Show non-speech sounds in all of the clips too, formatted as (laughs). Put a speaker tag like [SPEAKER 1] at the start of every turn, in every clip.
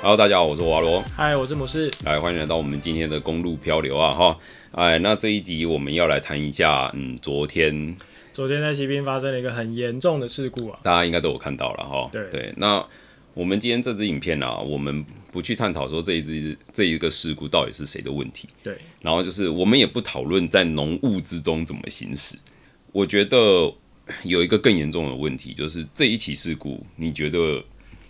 [SPEAKER 1] Hello，大家好，我是华罗，
[SPEAKER 2] 嗨，我是摩斯。
[SPEAKER 1] 来欢迎来到我们今天的公路漂流啊哈。哎，那这一集我们要来谈一下，嗯，昨天
[SPEAKER 2] 昨天在西滨发生了一个很严重的事故啊，
[SPEAKER 1] 大家应该都有看到了哈。
[SPEAKER 2] 对
[SPEAKER 1] 那我们今天这支影片啊，我们不去探讨说这一支这一个事故到底是谁的问题，
[SPEAKER 2] 对，
[SPEAKER 1] 然后就是我们也不讨论在浓雾之中怎么行驶。我觉得有一个更严重的问题，就是这一起事故，你觉得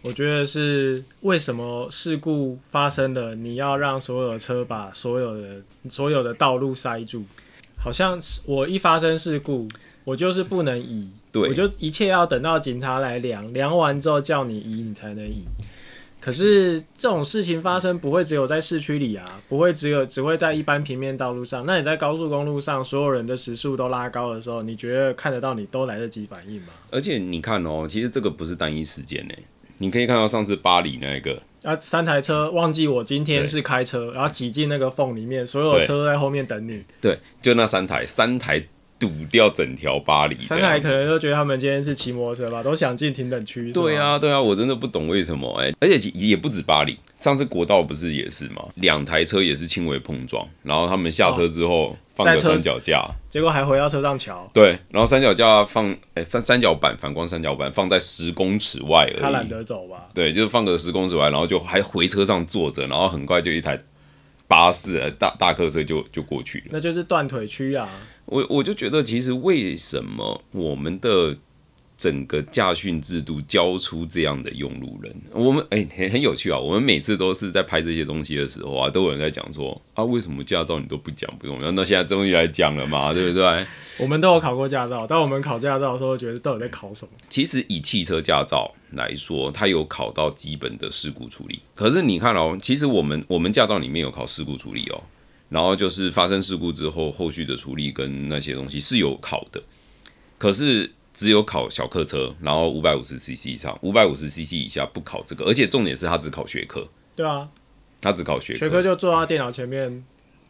[SPEAKER 2] 我觉得是为什么事故发生了，你要让所有的车把所有的所有的道路塞住？好像是我一发生事故，我就是不能移，
[SPEAKER 1] 对
[SPEAKER 2] 我就一切要等到警察来量，量完之后叫你移，你才能移。可是这种事情发生不会只有在市区里啊，不会只有只会在一般平面道路上。那你在高速公路上，所有人的时速都拉高的时候，你觉得看得到你都来得及反应吗？
[SPEAKER 1] 而且你看哦，其实这个不是单一事件呢、你可以看到上次巴黎那一个，
[SPEAKER 2] 啊，三台车忘记我今天是开车，然后挤进那个缝里面，所有车都在后面等你。
[SPEAKER 1] 对，啊就那三台，三台堵掉整条巴黎啊这
[SPEAKER 2] 三
[SPEAKER 1] 样。
[SPEAKER 2] 台可能都觉得他们今天是骑摩托车吧，都想进停等区。是吗
[SPEAKER 1] 对，啊，对啊，我真的不懂为什么哎、而且其也不止巴黎，上次国道不是也是吗？两台车也是轻微碰撞，然后他们下车之后放个
[SPEAKER 2] 在车
[SPEAKER 1] 三脚架，
[SPEAKER 2] 结果还回到车上瞧，
[SPEAKER 1] 对，然后三脚架放哎放三角板反光三角板放在十公尺外
[SPEAKER 2] 他
[SPEAKER 1] 而
[SPEAKER 2] 懒
[SPEAKER 1] 已，
[SPEAKER 2] 得走吧？
[SPEAKER 1] 对，就是放个十公尺外，然后就还回车上坐着，然后很快就一台巴士呃大大客车就就过去了。
[SPEAKER 2] 那就是断腿区啊。
[SPEAKER 1] 我我就觉得，其实为什么我们的整个驾训制度教出这样的用路人？我们哎、很很有趣啊！我们每次都是在拍这些东西的时候啊，都有人在讲说啊，为什么驾照你都不讲不重要？那现在终于来讲了嘛，对不对？
[SPEAKER 2] 我们都有考过驾照，但我们考驾照的时候觉得到底在考什么？
[SPEAKER 1] 其实以汽车驾照来说，它有考到基本的事故处理。可是你看哦，其实我们我们驾照里面有考事故处理哦，然后就是发生事故之后后续的处理跟那些东西是有考的，可是只有考小客车，然后五百五十 CC 以上，五百五十 CC 以下不考这个，而且重点是它只考学科，
[SPEAKER 2] 对啊，
[SPEAKER 1] 它只考学
[SPEAKER 2] 学
[SPEAKER 1] 科，
[SPEAKER 2] 科就坐到电脑前面，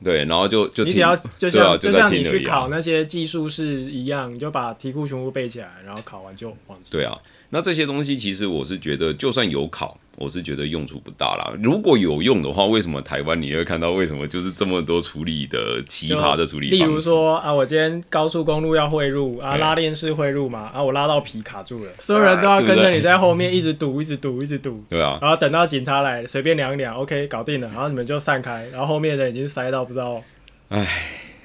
[SPEAKER 1] 对，然后就就
[SPEAKER 2] 你
[SPEAKER 1] 听
[SPEAKER 2] 只要
[SPEAKER 1] 对
[SPEAKER 2] 就像、
[SPEAKER 1] 啊，
[SPEAKER 2] 就
[SPEAKER 1] 在
[SPEAKER 2] 像
[SPEAKER 1] 听
[SPEAKER 2] 你
[SPEAKER 1] 而已
[SPEAKER 2] 去
[SPEAKER 1] 啊
[SPEAKER 2] 考那些技术是一样，你就把题库全部背起来，然后考完就忘记。
[SPEAKER 1] 对啊，那这些东西其实我是觉得，就算有考，我是觉得用处不大啦。如果有用的话，为什么台湾你会看到为什么就是这么多处理的奇
[SPEAKER 2] 就
[SPEAKER 1] 葩的处理
[SPEAKER 2] 例
[SPEAKER 1] 方式？
[SPEAKER 2] 如，说啊，我今天高速公路要汇入啊，
[SPEAKER 1] 对啊
[SPEAKER 2] 拉链式汇入嘛，啊，我拉到皮卡住了，所有人都要跟着你在后面一直堵，一直堵，一直堵，
[SPEAKER 1] 对啊，
[SPEAKER 2] 然后等到警察来随便量一量，OK，搞定了，然后你们就散开，然后后面的人已经塞到不知道，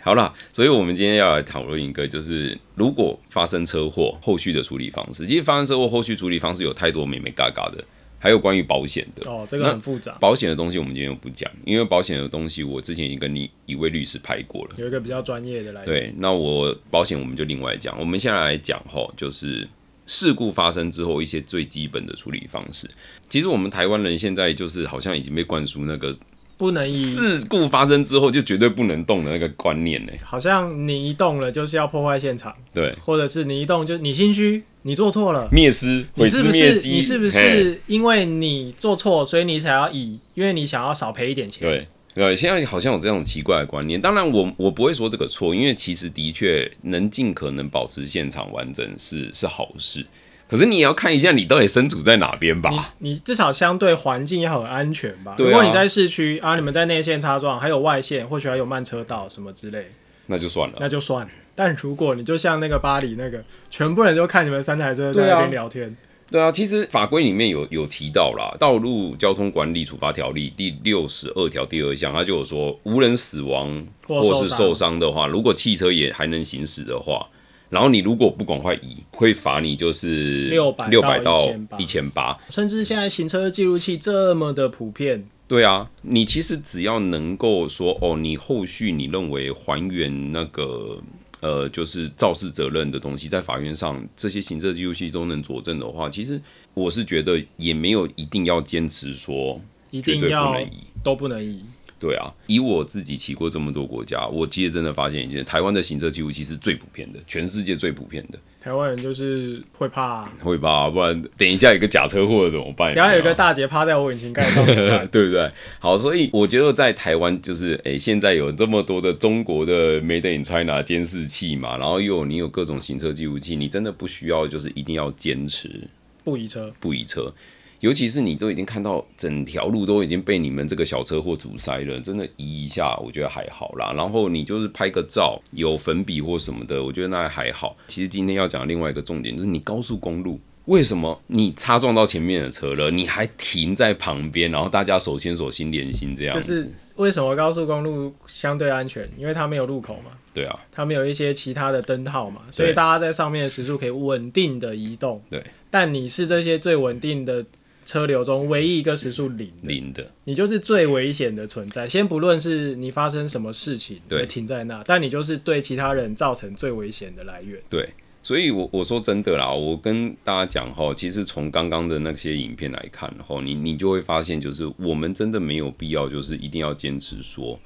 [SPEAKER 1] 好啦，所以我们今天要来讨论一个，就是如果发生车祸后续的处理方式。其实发生车祸后续处理方式有太多美美嘎嘎的，还有关于保险的。
[SPEAKER 2] 哦，这个很复杂，
[SPEAKER 1] 保险的东西我们今天又不讲，因为保险的东西我之前已经跟你一位律师拍过了。
[SPEAKER 2] 有一个比较专业的来，
[SPEAKER 1] 对，那我保险我们就另外讲。我们现在来讲吼，就是事故发生之后一些最基本的处理方式。其实我们台湾人现在就是好像已经被灌输那个
[SPEAKER 2] 不能移，
[SPEAKER 1] 事故发生之后就绝对不能动的那个观念呢。
[SPEAKER 2] 好像你一动了就是要破坏现场，
[SPEAKER 1] 对，
[SPEAKER 2] 或者是你一动就你心虚，你做错了。
[SPEAKER 1] 灭尸、
[SPEAKER 2] 你
[SPEAKER 1] 毁
[SPEAKER 2] 是
[SPEAKER 1] 尸
[SPEAKER 2] 不
[SPEAKER 1] 灭
[SPEAKER 2] 是
[SPEAKER 1] 迹，
[SPEAKER 2] 你是不
[SPEAKER 1] 嘿？
[SPEAKER 2] 是因为你做错，所以你才要移？因为你想要少赔一点钱。
[SPEAKER 1] 对。对，现在好像有这种奇怪的观念。当然我，我不会说这个错，因为其实的确能尽可能保持现场完整是是好事。可是你也要看一下你到底身处在哪边吧。
[SPEAKER 2] 你你至少相对环境要很安全吧？
[SPEAKER 1] 啊对啊
[SPEAKER 2] 如果你在市区啊，你们在内线擦撞，还有外线，或许还有慢车道什么之类，
[SPEAKER 1] 那就算了。
[SPEAKER 2] 那就算了。但如果你就像那个巴黎那个，全部人都看你们三台车在
[SPEAKER 1] 对啊
[SPEAKER 2] 那边聊天，
[SPEAKER 1] 对啊，其实法规里面有有提到啦，《道路交通管理处罚条例》第六十二条第二项，它就有说，无人死亡
[SPEAKER 2] 或
[SPEAKER 1] 或是
[SPEAKER 2] 受伤
[SPEAKER 1] 受伤的话，如果汽车也还能行驶的话，然后你如果不赶快移，会罚你就是
[SPEAKER 2] 600
[SPEAKER 1] 六百到
[SPEAKER 2] 到
[SPEAKER 1] 一千八。
[SPEAKER 2] 甚至现在行车记录器这么的普遍，
[SPEAKER 1] 对啊，你其实只要能够说哦，你后续你认为还原那个呃，就是肇事责任的东西，在法院上这些行政记录器都能佐证的话，其实我是觉得也没有一定要坚持说。
[SPEAKER 2] 一
[SPEAKER 1] 绝
[SPEAKER 2] 定
[SPEAKER 1] 对不
[SPEAKER 2] 要
[SPEAKER 1] 能移。
[SPEAKER 2] 都不能移。
[SPEAKER 1] 对啊，以我自己骑过这么多国家，我其实真的发现一件，台湾的行车记录器是最普遍的，全世界最普遍的。
[SPEAKER 2] 台湾人就是会怕、
[SPEAKER 1] 会吧？不然等一下有个假车祸怎么办？
[SPEAKER 2] 然后有一个
[SPEAKER 1] 你知道吗。，
[SPEAKER 2] 大姐趴在我引擎盖上面
[SPEAKER 1] (laughs)
[SPEAKER 2] 看
[SPEAKER 1] 对不对？好，所以我觉得在台湾就是，诶，现在有这么多的中国的 Made in China 监视器嘛，然后又有你有各种行车记录器，你真的不需要就是一定要坚持
[SPEAKER 2] 不移车。
[SPEAKER 1] 不移车，尤其是你都已经看到整条路都已经被你们这个小车祸阻塞了，真的移一下我觉得还好啦。然后你就是拍个照，有粉笔或什么的，我觉得那还好。其实今天要讲的另外一个重点就是你高速公路。为什么你擦撞到前面的车了，你还停在旁边，然后大家手牵手、心连心这样
[SPEAKER 2] 就
[SPEAKER 1] 子？
[SPEAKER 2] 是为什么高速公路相对安全？因为它没有路口嘛，
[SPEAKER 1] 对啊，
[SPEAKER 2] 它没有一些其他的灯号嘛，所以大家在上面的时速可以稳定的移动。
[SPEAKER 1] 对，
[SPEAKER 2] 但你是这些最稳定的车流中唯一一个时速零的，
[SPEAKER 1] 零的，
[SPEAKER 2] 你就是最危险的存在。先不论是你发生什么事情，
[SPEAKER 1] 对
[SPEAKER 2] 你停在那，但你就是对其他人造成最危险的来源。
[SPEAKER 1] 对。所以我，我说真的啦，我跟大家讲哈，其实从刚刚的那些影片来看哈，你你就会发现，就是我们真的没有必要，就是一定要坚持说，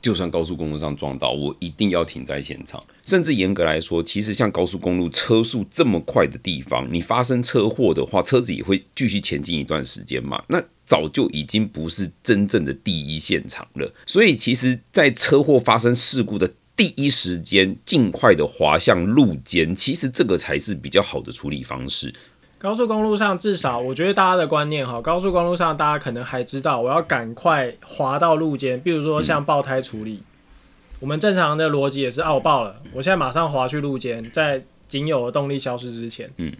[SPEAKER 1] 就算高速公路上撞到，我一定要停在现场。甚至严格来说，其实像高速公路车速这么快的地方，你发生车祸的话，车子也会继续前进一段时间嘛。那早就已经不是真正的第一现场了。所以，其实，在车祸发生事故的第一时间，尽快的滑向路肩，其实这个才是比较好的处理方式。
[SPEAKER 2] 高速公路上，至少我觉得大家的观念哈，高速公路上大家可能还知道，我要赶快滑到路肩，比如说像爆胎处理，我们正常的逻辑也是啊，我爆了，我现在马上滑去路肩，在仅有的动力消失之前。
[SPEAKER 1] 嗯。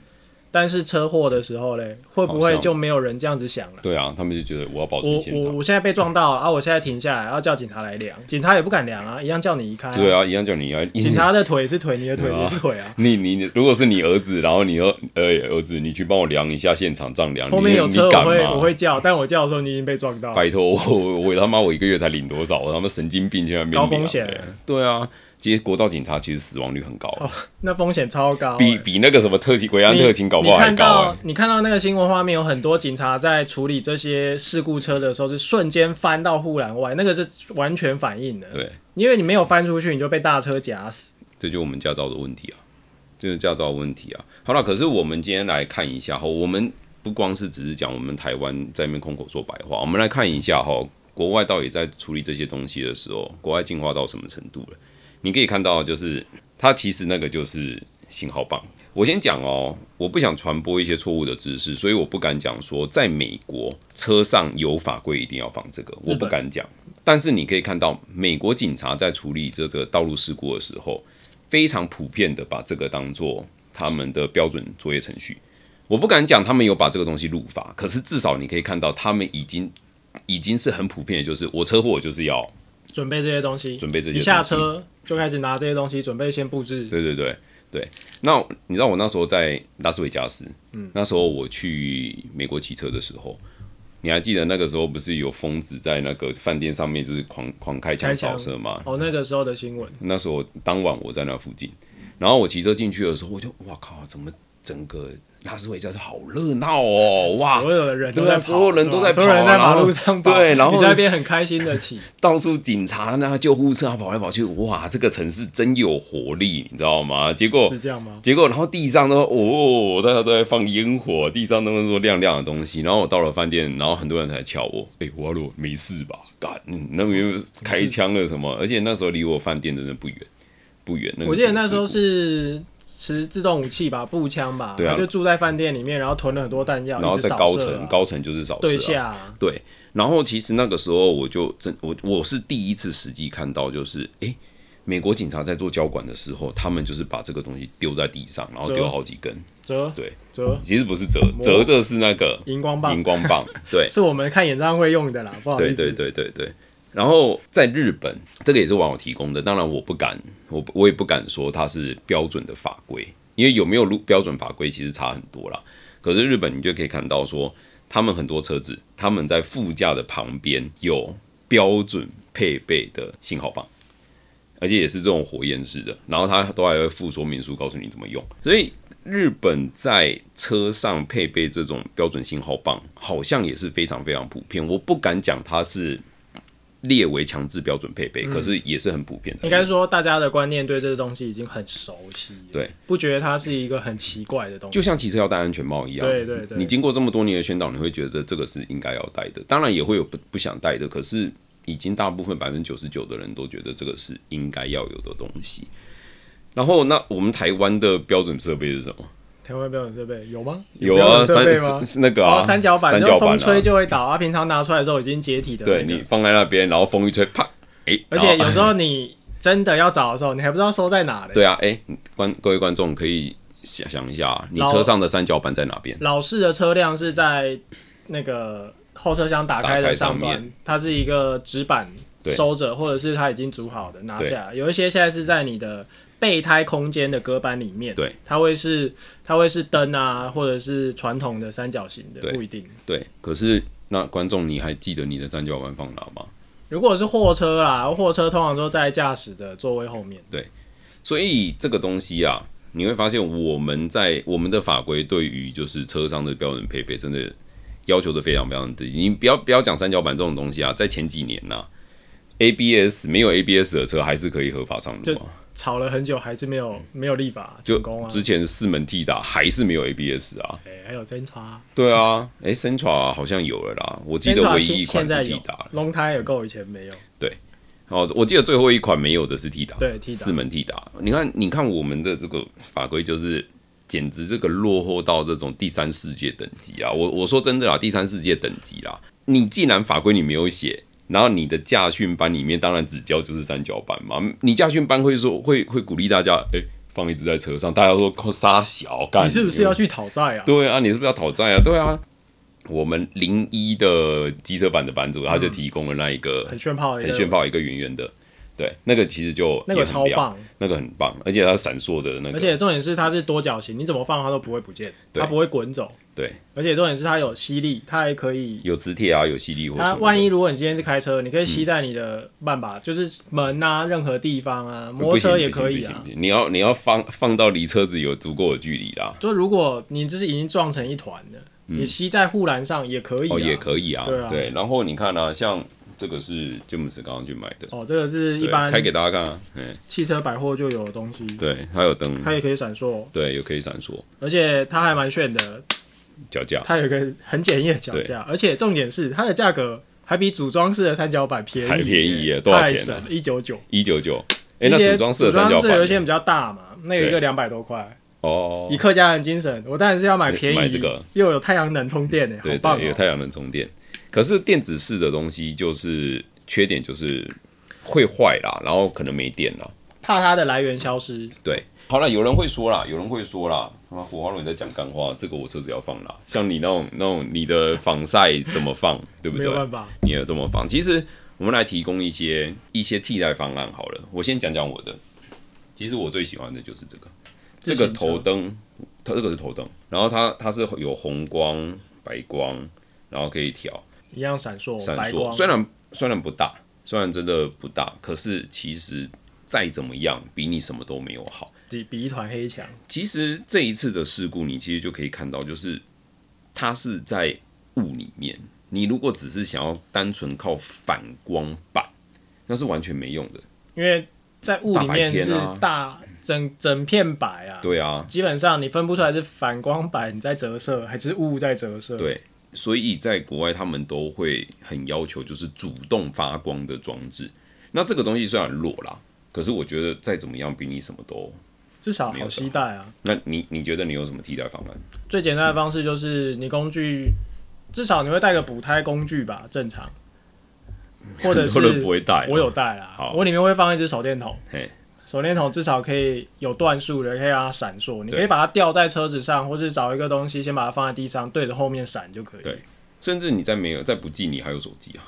[SPEAKER 2] 但是车祸的时候嘞，会不
[SPEAKER 1] 好
[SPEAKER 2] 会
[SPEAKER 1] 像
[SPEAKER 2] 就没有人这样子想了？
[SPEAKER 1] 对啊，他们就觉得我要保
[SPEAKER 2] 我我。我现在被撞到了啊！我现在停下来，要叫警察来量，警察也不敢量啊，一样叫你移开、
[SPEAKER 1] 对
[SPEAKER 2] 啊，
[SPEAKER 1] 啊，一样叫你要
[SPEAKER 2] 警察的腿是腿，你的腿
[SPEAKER 1] 对啊
[SPEAKER 2] 也是腿啊。
[SPEAKER 1] 你你你如果是你儿子，然后你说，呃、儿子，你去帮我量一下现场丈量，
[SPEAKER 2] 后
[SPEAKER 1] 你
[SPEAKER 2] 面有车，
[SPEAKER 1] 你
[SPEAKER 2] 我
[SPEAKER 1] 敢
[SPEAKER 2] 会
[SPEAKER 1] 吗？
[SPEAKER 2] 我会叫，但我叫的时候你已经被撞到了。
[SPEAKER 1] 拜托 (laughs) 我我他妈我一个月才领多少？我他妈神经病去那边
[SPEAKER 2] 高
[SPEAKER 1] 量
[SPEAKER 2] 风险
[SPEAKER 1] 欸对啊，其实国道警察其实死亡率很高，
[SPEAKER 2] 那风险超高、
[SPEAKER 1] 比
[SPEAKER 2] 欸
[SPEAKER 1] 比那个什么特勤维安
[SPEAKER 2] 你
[SPEAKER 1] 特勤搞不好
[SPEAKER 2] 你
[SPEAKER 1] 还
[SPEAKER 2] 看
[SPEAKER 1] 高、
[SPEAKER 2] 到
[SPEAKER 1] 欸。
[SPEAKER 2] 你看到那个新闻画面，有很多警察在处理这些事故车的时候，是瞬间翻到护栏外，那个是完全反应的。
[SPEAKER 1] 对，
[SPEAKER 2] 因为你没有翻出去，你就被大车夹死。
[SPEAKER 1] 这就是我们驾照的问题啊，这就是驾照的问题啊。好了，可是我们今天来看一下哈，我们不光是只是讲我们台湾在那边空口说白话，我们来看一下哈，国外到底在处理这些东西的时候，国外进化到什么程度了？你可以看到，就是它其实那个就是信号棒。我先讲哦，我不想传播一些错误的知识，所以我不敢讲说在美国车上有法规一定要放这个，我不敢讲。但是你可以看到，美国警察在处理这个道路事故的时候，非常普遍的把这个当做他们的标准作业程序。我不敢讲他们有把这个东西入法，可是至少你可以看到，他们已经已经是很普遍的，就是我车祸我就是要
[SPEAKER 2] 准备这些东西，
[SPEAKER 1] 准备这些
[SPEAKER 2] 一
[SPEAKER 1] 东
[SPEAKER 2] 下
[SPEAKER 1] 西
[SPEAKER 2] 车就开始拿这些东西准备先布置。
[SPEAKER 1] 对对对对。那你知道我那时候在拉斯维加斯，嗯，那时候我去美国骑车的时候，你还记得那个时候不是有疯子在那个饭店上面就是狂狂开枪
[SPEAKER 2] 开
[SPEAKER 1] 扫
[SPEAKER 2] 枪
[SPEAKER 1] 射吗？
[SPEAKER 2] 哦，那个时候的新闻，
[SPEAKER 1] 那时候当晚我在那附近，然后我骑车进去的时候，我就哇靠，怎么整个拉斯维加斯好热闹
[SPEAKER 2] (laughs)
[SPEAKER 1] 哦，哇！
[SPEAKER 2] 所有的人都
[SPEAKER 1] 对
[SPEAKER 2] 在
[SPEAKER 1] 啊
[SPEAKER 2] 跑，
[SPEAKER 1] 所有人都在
[SPEAKER 2] 对吧所有
[SPEAKER 1] 跑啊
[SPEAKER 2] 人在
[SPEAKER 1] 然
[SPEAKER 2] 马
[SPEAKER 1] 后
[SPEAKER 2] 路上跑，
[SPEAKER 1] 对然后
[SPEAKER 2] 你在那边很开心的骑，
[SPEAKER 1] 到处警察那救护车啊跑来跑去，哇，这个城市真有活力，你知道吗？结果
[SPEAKER 2] 是这样吗？
[SPEAKER 1] 结果，然后地上都哦，大家都在放烟火，地上都是说亮亮的东西。然后我到了饭店，然后很多人才敲我，哎、我阿洛没事吧？干，嗯那边又开枪了什
[SPEAKER 2] (laughs)
[SPEAKER 1] 么？而且那时候离我饭店真的不远，不远。那个
[SPEAKER 2] 我记得
[SPEAKER 1] 整个
[SPEAKER 2] 那时候
[SPEAKER 1] 事故
[SPEAKER 2] 是持自动武器吧，步枪吧，
[SPEAKER 1] 对啊
[SPEAKER 2] 他就住在饭店里面，然后囤了很多弹药，
[SPEAKER 1] 然后
[SPEAKER 2] 一直
[SPEAKER 1] 在
[SPEAKER 2] 扫
[SPEAKER 1] 高
[SPEAKER 2] 射啊
[SPEAKER 1] 层，高层就是扫
[SPEAKER 2] 对
[SPEAKER 1] 射、啊。
[SPEAKER 2] 下啊、
[SPEAKER 1] 对，然后其实那个时候我就真我我是第一次实际看到，就是哎、诶美国警察在做交管的时候，他们就是把这个东西丢在地上，然后丢
[SPEAKER 2] 折
[SPEAKER 1] 好几根。
[SPEAKER 2] 折
[SPEAKER 1] 对，
[SPEAKER 2] 折
[SPEAKER 1] 其实不是折，折的是那个
[SPEAKER 2] 荧光棒
[SPEAKER 1] 荧，光棒。
[SPEAKER 2] (laughs)
[SPEAKER 1] 对，
[SPEAKER 2] 是我们看演唱会用的啦，不好意
[SPEAKER 1] 对
[SPEAKER 2] 思，
[SPEAKER 1] 对对对对。然后在日本，这个也是网友提供的，当然我不敢，我不我也不敢说它是标准的法规，因为有没有路标准法规其实差很多啦。可是日本你就可以看到说，他们很多车子，他们在副驾的旁边有标准配备的信号棒。而且也是这种火焰式的，然后它都还会附说明书告诉你怎么用。所以日本在车上配备这种标准信号棒，好像也是非常非常普遍。我不敢讲它是列为强制标准配备，可是也是很普遍在
[SPEAKER 2] 嗯应
[SPEAKER 1] 用。
[SPEAKER 2] 该说大家的观念对这个东西已经很熟悉了，
[SPEAKER 1] 对，
[SPEAKER 2] 不觉得它是一个很奇怪的东西，
[SPEAKER 1] 就像骑车要戴安全帽一样，
[SPEAKER 2] 对对对
[SPEAKER 1] 你经过这么多年的宣导，你会觉得这个是应该要戴的。当然也会有不不想戴的，可是已经大部分百分之九十九的人都觉得这个是应该要有的东西。然后，那我们台湾的标准设备是什么？
[SPEAKER 2] 台湾标准设备有吗？
[SPEAKER 1] 有
[SPEAKER 2] 标
[SPEAKER 1] 啊，
[SPEAKER 2] 准设
[SPEAKER 1] 三
[SPEAKER 2] 备吗
[SPEAKER 1] 是？是那个
[SPEAKER 2] 哦
[SPEAKER 1] 啊，，
[SPEAKER 2] 三角板，
[SPEAKER 1] 三
[SPEAKER 2] 就
[SPEAKER 1] 角
[SPEAKER 2] 风
[SPEAKER 1] 板
[SPEAKER 2] 吹
[SPEAKER 1] 啊，
[SPEAKER 2] 就会倒啊。平常拿出来的时候已经解体的、那
[SPEAKER 1] 对
[SPEAKER 2] 个
[SPEAKER 1] 你放在那边，然后风一吹，啪，哎，
[SPEAKER 2] 而且
[SPEAKER 1] 然后
[SPEAKER 2] 有时候你真的要找的时候，你还不知道收在哪嘞。
[SPEAKER 1] 对啊，哎，观各位观众可以想想一下，啊你
[SPEAKER 2] 老
[SPEAKER 1] 车上的三角板在哪边？
[SPEAKER 2] 老式的车辆是在那个后车厢打开
[SPEAKER 1] 打
[SPEAKER 2] 的
[SPEAKER 1] 开上面
[SPEAKER 2] 端，它是一个纸板
[SPEAKER 1] 对
[SPEAKER 2] 收着，或者是它已经组好的拿下来。有一些现在是在你的备胎空间的隔板里面，
[SPEAKER 1] 对，
[SPEAKER 2] 它会是它会是灯啊，或者是传统的三角形的，
[SPEAKER 1] 对
[SPEAKER 2] 不一定。
[SPEAKER 1] 对，可是那观众你还记得你的三角板放哪吗？
[SPEAKER 2] 如果是货车啦，货车通常都在驾驶的座位后面。
[SPEAKER 1] 所以这个东西啊，你会发现我们在我们的法规对于就是车商的标准配备，真的要求的非常非常低。你不要不要讲三角板这种东西啊，在前几年呐、ABS 没有 ABS 的车还是可以合法上路
[SPEAKER 2] 就
[SPEAKER 1] 啊，
[SPEAKER 2] 吵了很久，还是没有没有立法
[SPEAKER 1] 嗯就
[SPEAKER 2] 成功啊！
[SPEAKER 1] 之前四门替打还是没有 ABS 啊，
[SPEAKER 2] 哎、还有真差，
[SPEAKER 1] 对啊，诶 c e n t r a 好像有了啦，我记得唯一一款
[SPEAKER 2] 现在
[SPEAKER 1] 是替
[SPEAKER 2] 有
[SPEAKER 1] 打了，
[SPEAKER 2] 龙胎也够，以前没有。
[SPEAKER 1] 哦，我记得最后一款没有的是 T 打，
[SPEAKER 2] 对，T 打
[SPEAKER 1] 四门 T 打。你看，你看我们的这个法规就是，简直这个落后到这种第三世界等级啊！我我说真的啦，第三世界等级啦，你既然法规你没有写。然后你的驾训班里面当然只教就是三角板嘛，你驾训班会说会会鼓励大家，哎，放一只在车上，大家说靠杀小干，
[SPEAKER 2] 你是不是要去讨债啊？
[SPEAKER 1] 嗯对啊，你是不是要讨债啊？对啊，我们零一的机车版的版主他就提供了那一个
[SPEAKER 2] 嗯很炫炮的一个，
[SPEAKER 1] 很炫炮，一个圆圆的，对，那个其实就
[SPEAKER 2] 那个
[SPEAKER 1] 也很
[SPEAKER 2] 超
[SPEAKER 1] 亮，
[SPEAKER 2] 棒，
[SPEAKER 1] 那个很棒，而且它闪烁的那
[SPEAKER 2] 而
[SPEAKER 1] 个，
[SPEAKER 2] 且重点是它是多角形，你怎么放它都不会不见，
[SPEAKER 1] 对
[SPEAKER 2] 它不会滚走。
[SPEAKER 1] 对，
[SPEAKER 2] 而且重点是它有吸力，它还可以。
[SPEAKER 1] 有磁铁啊，有吸力或什
[SPEAKER 2] 它
[SPEAKER 1] 么的。嗯
[SPEAKER 2] 万一如果你今天是开车，你可以吸在你的半把，就是门啊，任何地方啊，摩
[SPEAKER 1] 不
[SPEAKER 2] 托
[SPEAKER 1] 行
[SPEAKER 2] 车也
[SPEAKER 1] 不行
[SPEAKER 2] 可
[SPEAKER 1] 不
[SPEAKER 2] 以
[SPEAKER 1] 行
[SPEAKER 2] 啊
[SPEAKER 1] 不。行你要你要放放到离车子有足够的距离啦，
[SPEAKER 2] 就如果你这是已经撞成一团了，你吸在护栏上也可以
[SPEAKER 1] 嗯
[SPEAKER 2] 啊。
[SPEAKER 1] 哦也可以啊，
[SPEAKER 2] 对啊
[SPEAKER 1] 然后你看啊，像这个是詹姆斯刚刚去买的，
[SPEAKER 2] 哦，这个是一
[SPEAKER 1] 对，
[SPEAKER 2] 般
[SPEAKER 1] 开给大家看啊，嗯，
[SPEAKER 2] 汽车百货就有的东西，
[SPEAKER 1] 对，它有灯，
[SPEAKER 2] 它也可以闪烁，
[SPEAKER 1] 对，有可以闪烁
[SPEAKER 2] 而且它还蛮炫的，
[SPEAKER 1] 脚架，
[SPEAKER 2] 它有一个很简易的脚架，而且重点是它的价格还比组装式的三角板便宜，
[SPEAKER 1] 还便宜耶多少钱啊
[SPEAKER 2] 太省了，一九九。
[SPEAKER 1] 一九九，哎，
[SPEAKER 2] 一
[SPEAKER 1] 那
[SPEAKER 2] 些
[SPEAKER 1] 组装式的三角
[SPEAKER 2] 组装式有一
[SPEAKER 1] 板
[SPEAKER 2] 些比较大嘛，那个一个两百多块。
[SPEAKER 1] 哦
[SPEAKER 2] 以，客家人精神，我当然是要买便宜，
[SPEAKER 1] 买这个
[SPEAKER 2] 又有太阳能充电诶，好
[SPEAKER 1] 对
[SPEAKER 2] 棒
[SPEAKER 1] 对，
[SPEAKER 2] 哦
[SPEAKER 1] 有！太阳能充电。可是电子式的东西就是缺点就是会坏啦，然后可能没电啦。
[SPEAKER 2] 怕它的来源消失，
[SPEAKER 1] 对，好了，有人会说啦，有人会说啦，啊，火花轮在讲干话，这个我车子要放啦。像你那种那种你的防晒怎么
[SPEAKER 2] (laughs)
[SPEAKER 1] 放，对不
[SPEAKER 2] 没
[SPEAKER 1] 对
[SPEAKER 2] 有？办法。
[SPEAKER 1] 你也这么放。其实我们来提供一些一些替代方案好了。我先讲讲我的，其实我最喜欢的就是这个，这
[SPEAKER 2] 自行
[SPEAKER 1] 个
[SPEAKER 2] 车
[SPEAKER 1] 头灯，它这个是头灯，然后它它是有红光、白光，然后可以调。
[SPEAKER 2] 一样闪烁，
[SPEAKER 1] 闪
[SPEAKER 2] 哦白
[SPEAKER 1] 烁。
[SPEAKER 2] 光。
[SPEAKER 1] 虽然虽然不大，虽然真的不大，可是其实再怎么样，比你什么都没有好。
[SPEAKER 2] 比比一团黑墙，
[SPEAKER 1] 其实这一次的事故，你其实就可以看到，就是它是在雾里面。你如果只是想要单纯靠反光板，那是完全没用的。
[SPEAKER 2] 因为在雾里
[SPEAKER 1] 大白
[SPEAKER 2] 面是
[SPEAKER 1] 天啊
[SPEAKER 2] 大整整片白啊，
[SPEAKER 1] 对啊，
[SPEAKER 2] 基本上你分不出来是反光板在折射还是雾在折射。，
[SPEAKER 1] 对，所以在国外他们都会很要求就是主动发光的装置。那这个东西虽然弱啦，可是我觉得再怎么样比你什么都
[SPEAKER 2] 至少
[SPEAKER 1] 没有
[SPEAKER 2] 好期待啊。
[SPEAKER 1] 那你你觉得你有什么替代方案？
[SPEAKER 2] 最简单的方式就是你工具，至少你会带个补胎工具吧，正常。或
[SPEAKER 1] 嗯
[SPEAKER 2] 者
[SPEAKER 1] 很
[SPEAKER 2] 是
[SPEAKER 1] 多人不会带，啊
[SPEAKER 2] 我有带啦
[SPEAKER 1] 好，
[SPEAKER 2] 我里面会放一只手电筒
[SPEAKER 1] 嘿，
[SPEAKER 2] 手电筒至少可以有段数的，可以让它闪烁。你
[SPEAKER 1] 对
[SPEAKER 2] 可以把它吊在车子上，或是找一个东西先把它放在地上，对着后面闪就可以。
[SPEAKER 1] 对甚至你再没有再不济，你还有手机啊，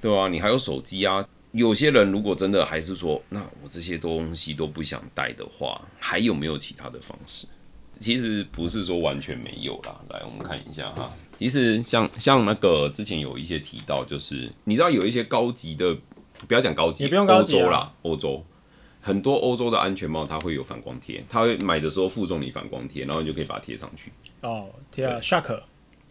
[SPEAKER 1] 对啊，你还有手机啊。有些人如果真的还是说，那我这些东西都不想带的话，还有没有其他的方式？其实不是说完全没有啦。来，我们看一下哈。其实像像那个之前有一些提到，就是你知道有一些高级的，不要讲高级，
[SPEAKER 2] 也不用高级啊
[SPEAKER 1] 欧洲啦，欧洲很多欧洲的安全帽它会有反光贴，它会买的时候附送你反光贴，然后你就可以把它贴上去。
[SPEAKER 2] 哦，天啊
[SPEAKER 1] 对
[SPEAKER 2] ，Shark。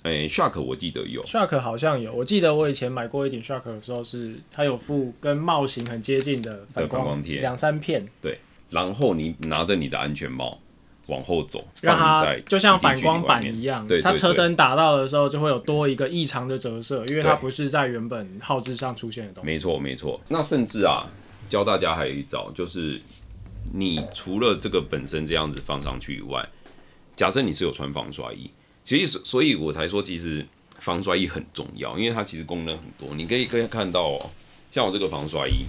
[SPEAKER 1] 哎、s h a r k 我记得有，
[SPEAKER 2] Shark 好像有，我记得我以前买过一顶 Shark 的时候是，它有附跟帽型很接近的反
[SPEAKER 1] 的反光贴
[SPEAKER 2] 两三片，
[SPEAKER 1] 然后你拿着你的安全帽往后走，
[SPEAKER 2] 让
[SPEAKER 1] 放
[SPEAKER 2] 它
[SPEAKER 1] 在
[SPEAKER 2] 就像
[SPEAKER 1] 一定
[SPEAKER 2] 反
[SPEAKER 1] 距离
[SPEAKER 2] 光
[SPEAKER 1] 外
[SPEAKER 2] 板
[SPEAKER 1] 面
[SPEAKER 2] 一样
[SPEAKER 1] 对，
[SPEAKER 2] 它
[SPEAKER 1] 对
[SPEAKER 2] 车
[SPEAKER 1] 对
[SPEAKER 2] 灯打到的时候就会有多一个异常的折射，因为它
[SPEAKER 1] 对
[SPEAKER 2] 不是在原本号志上出现的东西。
[SPEAKER 1] 没错没错。那甚至啊，教大家还有一招，就是你除了这个本身这样子放上去以外，假设你是有穿防摔衣，其实所以我才说，其实防摔衣很重要，因为它其实功能很多。你可以可以看到哦，像我这个防摔衣，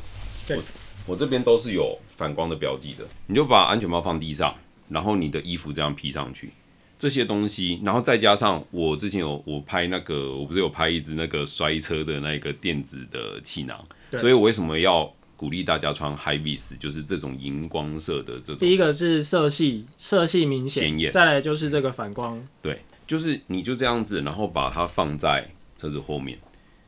[SPEAKER 2] 对
[SPEAKER 1] 我我这边都是有反光的标记的。你就把安全帽放地上，然后你的衣服这样披上去，这些东西，然后再加上我之前有我拍那个，我不是有拍一支那个摔车的那个电子的气囊，
[SPEAKER 2] 对
[SPEAKER 1] 所以我为什么要鼓励大家穿 High Vis，就是这种荧光色的这种
[SPEAKER 2] 第一个是色系，色系明显
[SPEAKER 1] 鲜，艳
[SPEAKER 2] 再来就是这个反光，
[SPEAKER 1] 对，就是你就这样子，然后把它放在车子后面。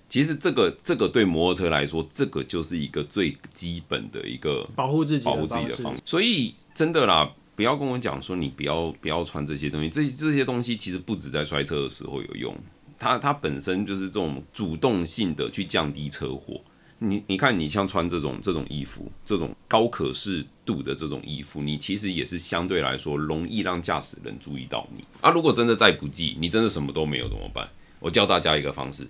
[SPEAKER 1] 其实这个这个对摩托车来说，这个就是一个最基本的一个
[SPEAKER 2] 保护自己
[SPEAKER 1] 保
[SPEAKER 2] 的
[SPEAKER 1] 护自己
[SPEAKER 2] 方
[SPEAKER 1] 的
[SPEAKER 2] 式。
[SPEAKER 1] 方式。所以真的啦，不要跟我讲说你不要不要穿这些东西，这这些东西其实不止在摔车的时候有用，它它本身就是这种主动性的去降低车祸。你你看，你像穿这种这种衣服，这种高可视度的这种衣服，你其实也是相对来说容易让驾驶人注意到你啊。如果真的再不济，你真的什么都没有怎么办？我教大家一个方式，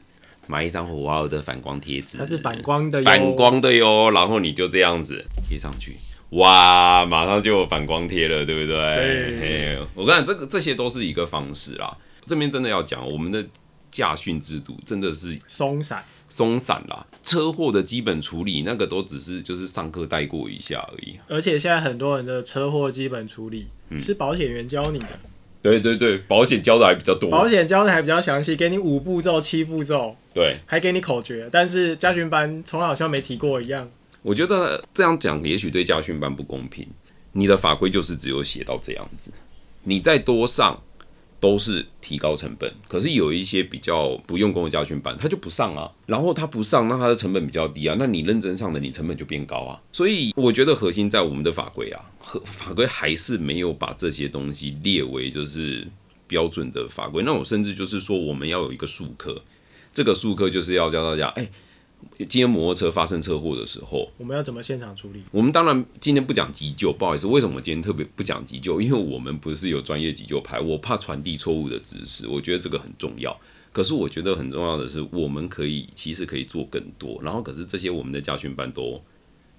[SPEAKER 1] 买一张火花的反光贴纸，
[SPEAKER 2] 它是反光的哟，
[SPEAKER 1] 反光的哟，然后你就这样子贴上去，哇，马上就有反光贴了，对不对？
[SPEAKER 2] 对
[SPEAKER 1] 嘿我跟你讲，这个这些都是一个方式啦。这边真的要讲，我们的驾训制度真的是
[SPEAKER 2] 松散。
[SPEAKER 1] 松散啦，车祸的基本处理那个都只是就是上课带过一下而已。
[SPEAKER 2] 而且现在很多人的车祸基本处理、
[SPEAKER 1] 嗯
[SPEAKER 2] 是保险员教你的，
[SPEAKER 1] 对对对，保险教的还比较
[SPEAKER 2] 保
[SPEAKER 1] 多，
[SPEAKER 2] 险教的还比较详细，给你五步骤、七步骤，
[SPEAKER 1] 对。
[SPEAKER 2] 还给你口诀，但是家训班从来好像没提过一样。
[SPEAKER 1] 我觉得这样讲也许对家训班不公平。你的法规就是只有写到这样子，你再多上都是提高成本。可是有一些比较不用功的家训班，他就不上啊，然后他不上，那他的成本比较低啊，那你认真上的，你成本就变高啊。所以我觉得核心在我们的法规啊，和法规还是没有把这些东西列为就是标准的法规。那我甚至就是说，我们要有一个术科，这个术科就是要教大家，哎、今天摩托车发生车祸的时候，
[SPEAKER 2] 我们要怎么现场处理？
[SPEAKER 1] 我们当然今天不讲急救，不好意思，为什么我今天特别不讲急救？因为我们不是有专业急救牌，我怕传递错误的知识，我觉得这个很重要。可是我觉得很重要的是，我们可以其实可以做更多，然后可是这些我们的家训班都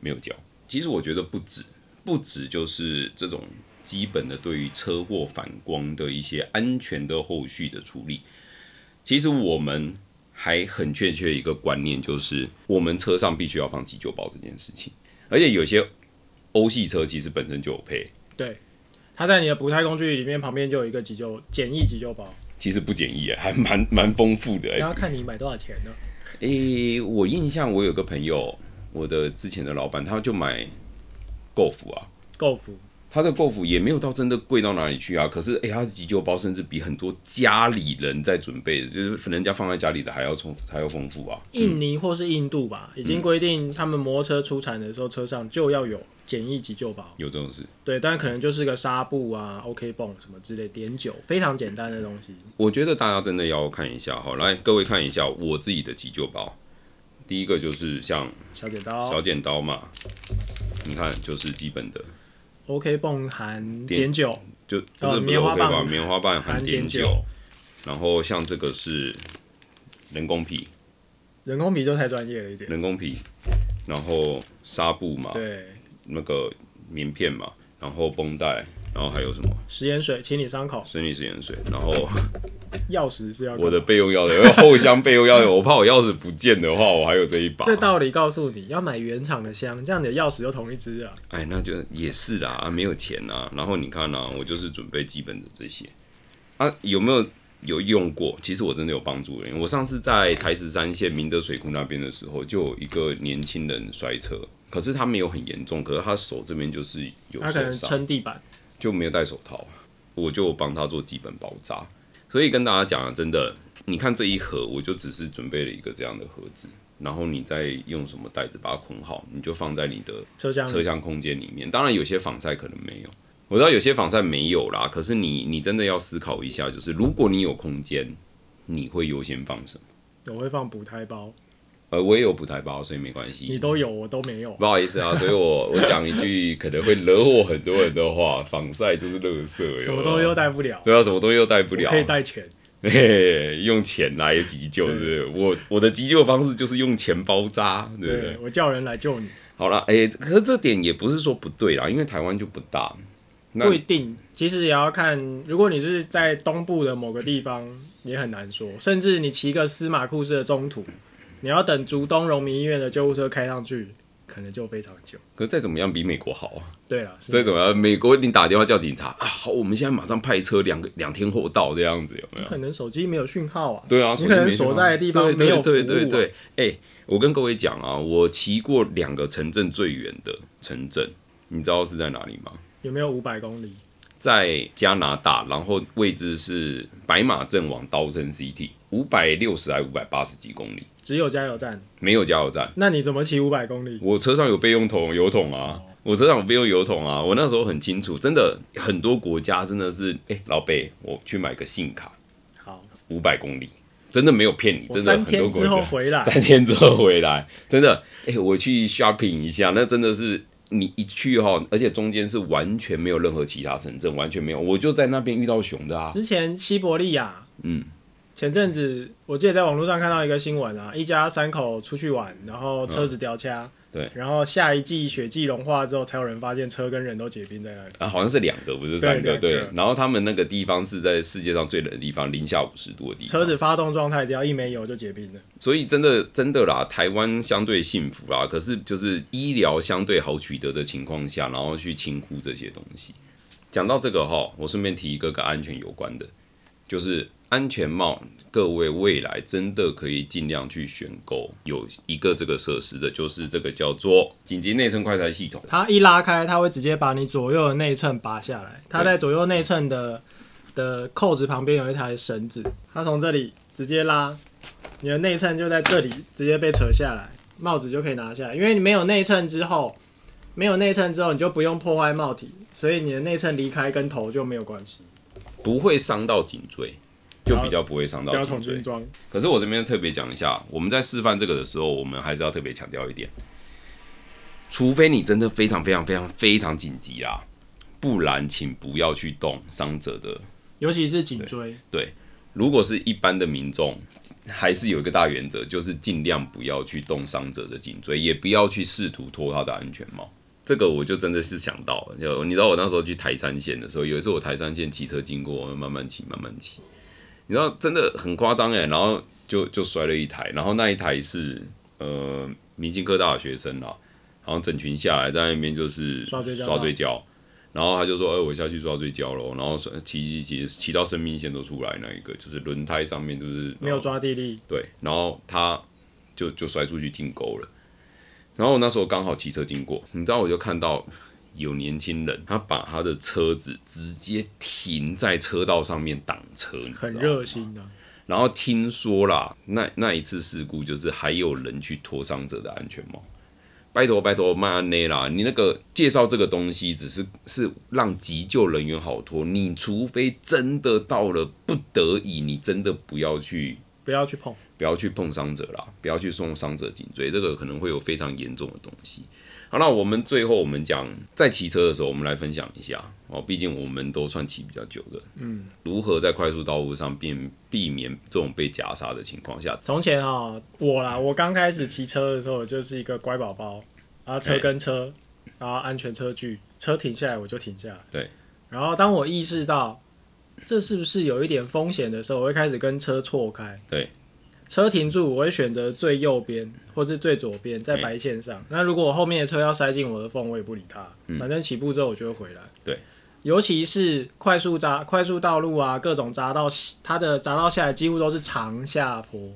[SPEAKER 1] 没有教。其实我觉得不止，不止就是这种基本的对于车祸反光的一些安全的后续的处理，其实我们还很欠缺一个观念，就是我们车上必须要放急救包这件事情。而且有些欧系车其实本身就有配，
[SPEAKER 2] 它在你的补胎工具里面旁边就有一个急救简易急救包，
[SPEAKER 1] 其实不简易啊 (laughs) 耶，还蛮蛮丰富的
[SPEAKER 2] 然
[SPEAKER 1] 哎。
[SPEAKER 2] 后看你买多少钱呢？
[SPEAKER 1] 诶、我印象我有个朋友，我的之前的老板，他就买 Golf 啊，
[SPEAKER 2] 够服
[SPEAKER 1] 他的 Golf 也没有到真的贵到哪里去啊。可是诶、他的急救包甚至比很多家里人在准备的，就是人家放在家里的还要充还要丰富啊。
[SPEAKER 2] 印尼或是印度吧，
[SPEAKER 1] 嗯
[SPEAKER 2] 已经规定他们摩托车出产的时候，车上就要有简易急救包。
[SPEAKER 1] 有这种事，
[SPEAKER 2] 对，但可能就是个纱布啊、OK 泵什么之类，碘酒，非常简单的东西。
[SPEAKER 1] 我觉得大家真的要看一下哈。来，各位看一下我自己的急救包，第一个就是像
[SPEAKER 2] 小剪刀、
[SPEAKER 1] 小剪刀嘛，你看就是基本的。
[SPEAKER 2] OK 泵含碘酒，
[SPEAKER 1] 就不
[SPEAKER 2] 呃
[SPEAKER 1] 是不是
[SPEAKER 2] 棉花
[SPEAKER 1] OK
[SPEAKER 2] 棒
[SPEAKER 1] 吧？哦棉花棒含
[SPEAKER 2] 含
[SPEAKER 1] 碘
[SPEAKER 2] 碘
[SPEAKER 1] 酒，然后像这个是人工皮，
[SPEAKER 2] 人工皮就太专业了一点。
[SPEAKER 1] 人工皮，然后纱布嘛，
[SPEAKER 2] 对，
[SPEAKER 1] 那个棉片嘛，然后绷带，然后还有什么
[SPEAKER 2] 食盐水清理伤口，
[SPEAKER 1] 生理食盐水，然后
[SPEAKER 2] 钥匙是要
[SPEAKER 1] 我的备用钥匙，因为后箱备用钥匙，我怕我钥匙不见的话，我还有这一把。
[SPEAKER 2] 这道理告诉你要买原厂的箱，这样你的钥匙就同一只啊。
[SPEAKER 1] 哎，那就也是啦，啊没有钱啊。然后你看啊，我就是准备基本的这些啊，有没有有用过？其实我真的有帮助人。我上次在台十三线明德水库那边的时候，就有一个年轻人摔车，可是他没有很严重，可是他手这边就是有
[SPEAKER 2] 他可
[SPEAKER 1] 受
[SPEAKER 2] 能
[SPEAKER 1] 伤，
[SPEAKER 2] 撑地板，
[SPEAKER 1] 就没有戴手套，我就帮他做基本包扎。所以跟大家讲啊，真的，你看这一盒，我就只是准备了一个这样的盒子，然后你再用什么袋子把它捆好，你就放在你的
[SPEAKER 2] 车厢
[SPEAKER 1] 车厢空间里面。当然，有些仿赛可能没有，我知道有些仿赛没有啦。可是你你真的要思考一下，就是如果你有空间，你会优先放什么？
[SPEAKER 2] 我会放补胎包，
[SPEAKER 1] 呃，我也有补胎包，所以没关
[SPEAKER 2] 你
[SPEAKER 1] 系。
[SPEAKER 2] 都有，我都没有。
[SPEAKER 1] 不好意思啊，所以我我讲一句可能会惹火很多人的话，仿赛就是垃圾哟。
[SPEAKER 2] 什么东西都带不了，
[SPEAKER 1] 对啊，什么东西又带啊不
[SPEAKER 2] 我
[SPEAKER 1] 了，
[SPEAKER 2] 可以带钱。
[SPEAKER 1] (laughs) 嘿嘿，用钱来急救，是不是？我我的急救方式就是用钱包扎，对不对
[SPEAKER 2] 对？我叫人来救你，
[SPEAKER 1] 好了，哎、可是这点也不是说不对啦，因为台湾就不大，那
[SPEAKER 2] 不一定，其实也要看，如果你是在东部的某个地方，也很难说。甚至你骑个司马库斯的中途，你要等竹东荣民医院的救护车开上去，可能就非常久。
[SPEAKER 1] 可再怎么样比美国好啊？
[SPEAKER 2] 对了，是
[SPEAKER 1] 再怎么样，美国一定打电话叫警察啊！好，我们现在马上派车，两个两天后到这样子有没有？
[SPEAKER 2] 可能手机没有讯号啊。
[SPEAKER 1] 对啊，
[SPEAKER 2] 你可能
[SPEAKER 1] 手机没信号
[SPEAKER 2] 所在的地方
[SPEAKER 1] 对
[SPEAKER 2] 没有服务
[SPEAKER 1] 对
[SPEAKER 2] 啊
[SPEAKER 1] 对对对，哎、我跟各位讲啊，我骑过两个城镇最远的城镇，你知道是在哪里吗？
[SPEAKER 2] 有没有五百公里？
[SPEAKER 1] 在加拿大，然后位置是白马镇往刀森 CT，五百六十还五百八十几公里，
[SPEAKER 2] 只有加油站，
[SPEAKER 1] 没有加油站。
[SPEAKER 2] 那你怎么骑五百公里？
[SPEAKER 1] 我车上有备用桶油桶啊，我车上有备用油桶啊。我那时候很清楚，真的很多国家真的是，哎、老贝，我去买个信卡，
[SPEAKER 2] 好，
[SPEAKER 1] 五百公里，真的没有骗你，
[SPEAKER 2] 我
[SPEAKER 1] 真的很
[SPEAKER 2] 三
[SPEAKER 1] 多
[SPEAKER 2] 天
[SPEAKER 1] 国
[SPEAKER 2] 之
[SPEAKER 1] 家
[SPEAKER 2] 后。回来。
[SPEAKER 1] (laughs) 三天之后回来，真的，哎、我去 shopping 一下，那真的是你一去哈，而且中间是完全没有任何其他城镇，完全没有，我就在那边遇到熊的啊，
[SPEAKER 2] 之前西伯利亚，
[SPEAKER 1] 嗯，
[SPEAKER 2] 前阵子我记得在网络上看到一个新闻啊，一家三口出去玩，然后车子掉掐、
[SPEAKER 1] 嗯对
[SPEAKER 2] 然后下一季雪季融化之后，才有人发现车跟人都结冰在那里。
[SPEAKER 1] 啊，好像是两个不是三个，
[SPEAKER 2] 对
[SPEAKER 1] 对
[SPEAKER 2] 两个。
[SPEAKER 1] 然后他们那个地方是在世界上最冷的地方，零下五十度的地方
[SPEAKER 2] 车，子发动状态只要一没油就结冰了，
[SPEAKER 1] 所以真的真的啦，台湾相对幸福啦，可是就是医疗相对好取得的情况下，然后去轻忽这些东西。讲到这个哈，我顺便提一个跟安全有关的，就是安全帽，各位未来真的可以尽量去选购有一个这个设施的，就是这个叫做紧急内衬快拆系统。
[SPEAKER 2] 它一拉开，它会直接把你左右的内衬拔下来。它在左右内衬的的扣子旁边有一条绳子，它从这里直接拉，你的内衬就在这里直接被扯下来，帽子就可以拿下来。因为你没有内衬之后，没有内衬之后你就不用破坏帽体，所以你的内衬离开跟头就没有关系。
[SPEAKER 1] 不会伤到颈椎，就比较不会伤到
[SPEAKER 2] 就要
[SPEAKER 1] 颈
[SPEAKER 2] 重
[SPEAKER 1] 椎
[SPEAKER 2] 新。装，
[SPEAKER 1] 可是我这边特别讲一下，我们在示范这个的时候，我们还是要特别强调一点，除非你真的非常非常非常非常紧急啦，不然请不要去动伤者的。
[SPEAKER 2] 尤其是颈椎，
[SPEAKER 1] 如果是一般的民众，还是有一个大原则，就是尽量不要去动伤者的颈椎，也不要去试图脱他的安全帽。这个我就真的是想到了，就你知道我那时候去台山县的时候，有一次我台山县骑车经过，我慢慢骑，慢慢骑，你知道真的很夸张哎，然后就就摔了一台，然后那一台是呃明星科大的学生啦，然后整群下来在那边就是
[SPEAKER 2] 刷追焦
[SPEAKER 1] 刷追焦然后他就说：“哎、我下去抓追焦喽。”然后摔骑骑骑骑到生命线都出来那一个，就是轮胎上面就是
[SPEAKER 2] 没有抓地力，
[SPEAKER 1] 对，然后他就就摔出去进沟了。然后我那时候刚好骑车经过，你知道我就看到有年轻人，他把他的车子直接停在车道上面挡车，你知道
[SPEAKER 2] 很
[SPEAKER 1] 吗
[SPEAKER 2] 热心的、
[SPEAKER 1] 然后听说啦，那那一次事故就是还有人去脱伤者的安全帽。拜托拜托，曼安内啦，你那个介绍这个东西，只是是让急救人员好脱，你除非真的到了不得已，你真的不要去
[SPEAKER 2] 不要去碰。
[SPEAKER 1] 不要去碰伤者啦，不要去送伤者颈椎，这个可能会有非常严重的东西。好，那我们最后我们讲，在骑车的时候，我们来分享一下哦，毕竟我们都算骑比较久的，嗯，如何在快速道路上避避免这种被夹杀的情况下，
[SPEAKER 2] 从前啊、我啦，我刚开始骑车的时候，我就是一个乖宝宝，然后车跟车，然后安全车距，车停下来我就停下来。
[SPEAKER 1] 对。
[SPEAKER 2] 然后当我意识到这是不是有一点风险的时候，我会开始跟车错开。
[SPEAKER 1] 对。
[SPEAKER 2] 车停住，我会选择最右边或是最左边，在白线上。那如果我后面的车要塞进我的缝，我也不理它，反正起步之后我就会回来。
[SPEAKER 1] 嗯对。
[SPEAKER 2] 尤其是快速匝、快速道路啊，各种匝道，它的匝道下来几乎都是长下坡。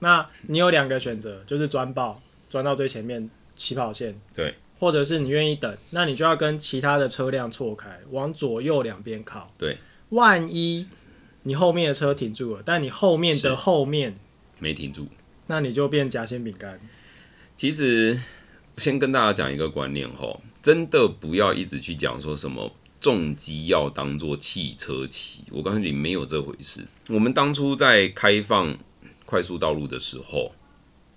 [SPEAKER 2] 那你有两个选择，就是钻爆，钻到最前面起跑线，
[SPEAKER 1] 对，
[SPEAKER 2] 或者是你愿意等，那你就要跟其他的车辆错开，往左右两边靠，
[SPEAKER 1] 对。
[SPEAKER 2] 万一你后面的车停住了，但你后面
[SPEAKER 1] 是
[SPEAKER 2] 的后面，
[SPEAKER 1] 没停住。
[SPEAKER 2] 那你就变夹心饼干。
[SPEAKER 1] 其实先跟大家讲一个观念吼，真的不要一直去讲说什么重机要当做汽车骑，我告诉你没有这回事。我们当初在开放快速道路的时候，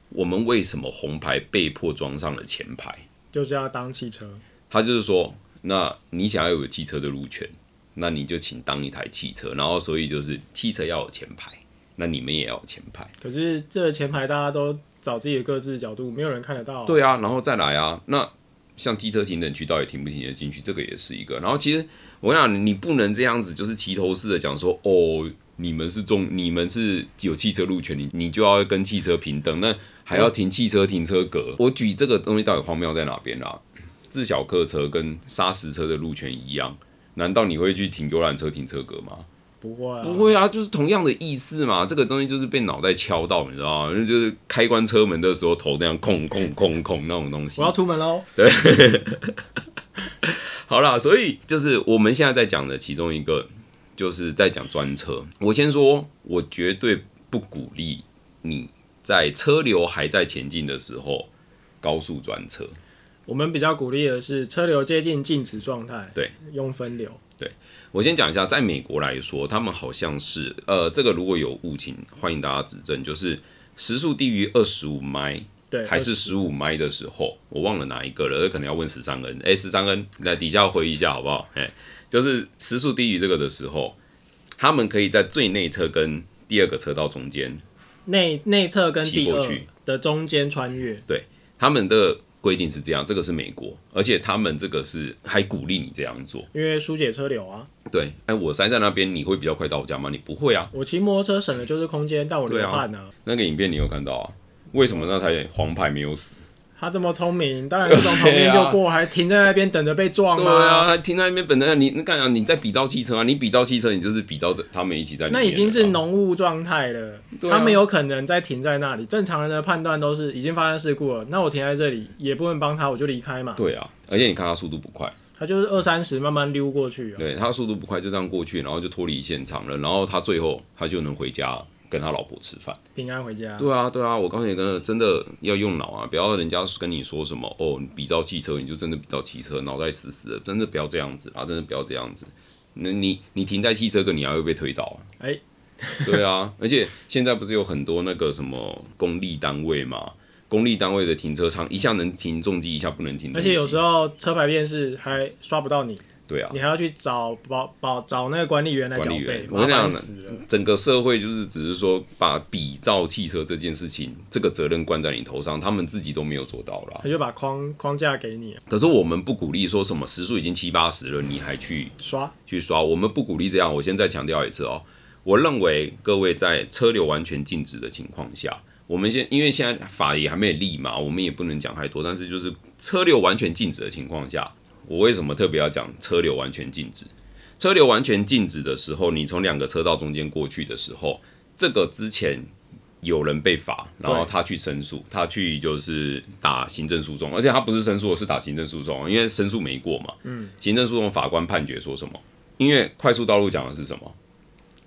[SPEAKER 1] 我们为什么红牌被迫装上了前排？
[SPEAKER 2] 就是要当汽车，
[SPEAKER 1] 他就是说，那你想要有汽车的路权，那你就请当一台汽车，然后所以就是汽车要有前排，那你们也要有前排。
[SPEAKER 2] 可是这个前排大家都找自己的各自的角度，没有人看得到、，
[SPEAKER 1] 对啊，然后再来啊，那像机车停等区到底停不停得进去，这个也是一个。然后其实我想你不能这样子，就是齐头式的讲说哦，你们是中，你们是有汽车路权，你你就要跟汽车平等，那还要停汽车停车格。我举这个东西到底荒谬在哪边啦、自小客车跟砂石车的路权一样，难道你会去停游览车停车格吗？
[SPEAKER 2] 不会、啊，
[SPEAKER 1] 不，会啊，就是同样的意思嘛。这个东西就是被脑袋敲到，你知道吗？就是开关车门的时候头那样空空空空那种东西
[SPEAKER 2] 我要。出门喽。
[SPEAKER 1] 好啦，所以就是我们现在在讲的其中一个，就是在讲专车。我先说，我绝对不鼓励你在车流还在前进的时候高速专车。
[SPEAKER 2] 我们比较鼓励的是车流接近静止状态，
[SPEAKER 1] 对，
[SPEAKER 2] 用分流。
[SPEAKER 1] 我先讲一下，在美国来说，他们好像是呃，这个如果有误请欢迎大家指正，就是时速低于二十五迈。
[SPEAKER 2] 对，
[SPEAKER 1] 还是十五麦的时候，我忘了哪一个了，这可能要问十三恩。哎、十三恩，来底下回忆一下好不好？哎、就是时速低于这个的时候，他们可以在最内侧跟第二个车道中间，
[SPEAKER 2] 内内侧跟
[SPEAKER 1] 骑
[SPEAKER 2] 第
[SPEAKER 1] 过
[SPEAKER 2] 二
[SPEAKER 1] 去
[SPEAKER 2] 的中间穿越，
[SPEAKER 1] 他们的规定是这样，这个是美国，而且他们这个是还鼓励你这样做。
[SPEAKER 2] 因为疏解车流啊。
[SPEAKER 1] 对，哎、我塞在那边，你会比较快到家吗？你不会啊。
[SPEAKER 2] 我骑摩托车省的就是空间，但我
[SPEAKER 1] 对
[SPEAKER 2] 流
[SPEAKER 1] 啊
[SPEAKER 2] 汗啊。
[SPEAKER 1] 那个影片你有看到啊？为什么那台黄牌没有死？
[SPEAKER 2] 他这么聪明，当然不从旁
[SPEAKER 1] (laughs)
[SPEAKER 2] 边就过，还停在那边等着被撞
[SPEAKER 1] 啊对啊，。还停在那边本来你你干啥？你在比照汽车啊？你比照汽车，你就是比照着他们一起在里面了
[SPEAKER 2] 那
[SPEAKER 1] 啊。
[SPEAKER 2] 已经是浓雾状态了，
[SPEAKER 1] 对啊
[SPEAKER 2] 他们有可能在停在那里。正常人的判断都是已经发生事故了，那我停在这里也不能帮他，我就离开嘛。
[SPEAKER 1] 对啊，而且你看他速度不快，
[SPEAKER 2] 他就是二三十慢慢溜过去、啊。
[SPEAKER 1] 对他速度不快就这样过去，然后就脱离现场了，然后他最后他就能回家跟他老婆吃饭。
[SPEAKER 2] 平安回家。
[SPEAKER 1] 对啊，对啊，我告诉你，真的真的要用脑啊，不要人家跟你说什么哦，你比照汽车，你就真的比照汽车，脑袋死死的，真的不要这样子啊，真的不要这样子。那你你停在汽车跟你还会被推倒啊？
[SPEAKER 2] 哎
[SPEAKER 1] (laughs) 对啊，而且现在不是有很多那个什么公立单位嘛，公立单位的停车场一下能停重机，一下不能停重机。
[SPEAKER 2] 而且有时候车牌辨识还刷不到你，
[SPEAKER 1] 对啊，
[SPEAKER 2] 你还要去找保保找那个管理员来缴
[SPEAKER 1] 管理
[SPEAKER 2] 费
[SPEAKER 1] 员，我
[SPEAKER 2] 麻
[SPEAKER 1] 跟你讲
[SPEAKER 2] 烦死了。
[SPEAKER 1] 整个社会就是只是说把比照汽车这件事情，这个责任灌在你头上，他们自己都没有做到啦
[SPEAKER 2] 他。就把框框架给你
[SPEAKER 1] 可是我们不鼓励说什么时速已经七八十了，你还去
[SPEAKER 2] 刷，
[SPEAKER 1] 去刷，我们不鼓励这样。我先再强调一次哦，我认为各位在车流完全静止的情况下，我们先因为现在法也还没有立嘛，我们也不能讲太多，但是就是车流完全静止的情况下，我为什么特别要讲车流完全静止？车流完全静止的时候，你从两个车道中间过去的时候，这个之前有人被罚，然后
[SPEAKER 2] 对
[SPEAKER 1] 他去申诉，他去就是打行政诉讼，而且他不是申诉，是打行政诉讼，因为申诉没过嘛。嗯，行政诉讼法官判决说什么？因为快速道路讲的是什么？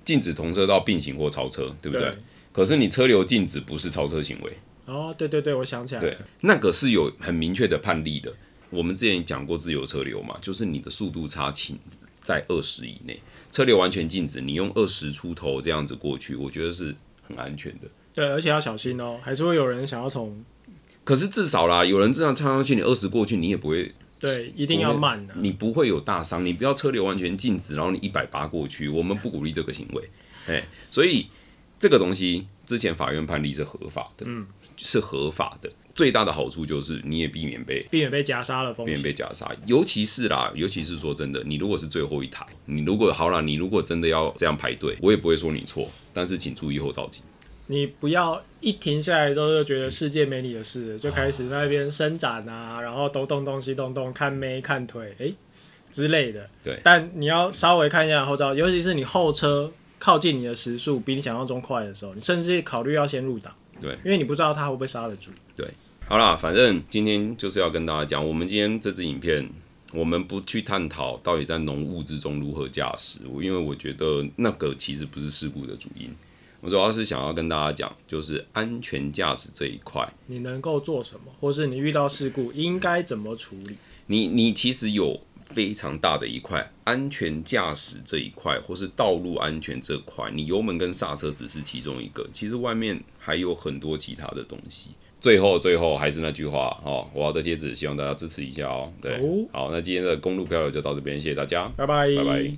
[SPEAKER 1] 禁止同车道并行或超车，对不对？
[SPEAKER 2] 对
[SPEAKER 1] 可是你车流禁止不是超车行为，
[SPEAKER 2] 哦，对对对，我想起来了
[SPEAKER 1] 对，，那个是有很明确的判例的。我们之前讲过自由车流嘛，就是你的速度差请在二十以内，车流完全禁止，你用二十出头这样子过去，我觉得是很安全的。
[SPEAKER 2] 对，而且要小心哦，还是会有人想要从
[SPEAKER 1] 可是至少啦，有人这样插上去，你二十过去，你也不会，
[SPEAKER 2] 对，一定要慢啊的、
[SPEAKER 1] 你不会有大伤，你不要车流完全禁止，然后你一百八过去，我们不鼓励这个行为。哎、所以这个东西之前法院判例是合法的，嗯，是合法的。最大的好处就是你也避免被
[SPEAKER 2] 避免被夹杀的风
[SPEAKER 1] 避免
[SPEAKER 2] 险。
[SPEAKER 1] 被夹杀，尤其是啦，尤其是说真的，你如果是最后一台，你如果好啦，你如果真的要这样排队，我也不会说你错，但是请注意后照镜。
[SPEAKER 2] 你不要一停下来之后就觉得世界没你的事了，就开始在那边伸展啊，然后都动东西动动，看妹看腿，诶之类的。
[SPEAKER 1] 对
[SPEAKER 2] 但你要稍微看一下后照，尤其是你后车靠近你的时速比你想象中快的时候，你甚至考虑要先入档。
[SPEAKER 1] 对，
[SPEAKER 2] 因为你不知道他会不会刹得住。
[SPEAKER 1] 好啦，反正今天就是要跟大家讲，我们今天这支影片，我们不去探讨到底在浓雾之中如何驾驶，我因为我觉得那个其实不是事故的主因。我主要是想要跟大家讲，就是安全驾驶这一块，
[SPEAKER 2] 你能够做什么，或是你遇到事故应该怎么处理？
[SPEAKER 1] 你你其实有非常大的一块安全驾驶这一块，或是道路安全这块，你油门跟刹车只是其中一个，其实外面还有很多其他的东西。最后，最后还是那句话哦，我要的贴纸，希望大家支持一下哦。对，
[SPEAKER 2] 哦
[SPEAKER 1] 好，那今天的公路漂流就到这边，谢谢大家，
[SPEAKER 2] 拜拜，
[SPEAKER 1] 拜拜。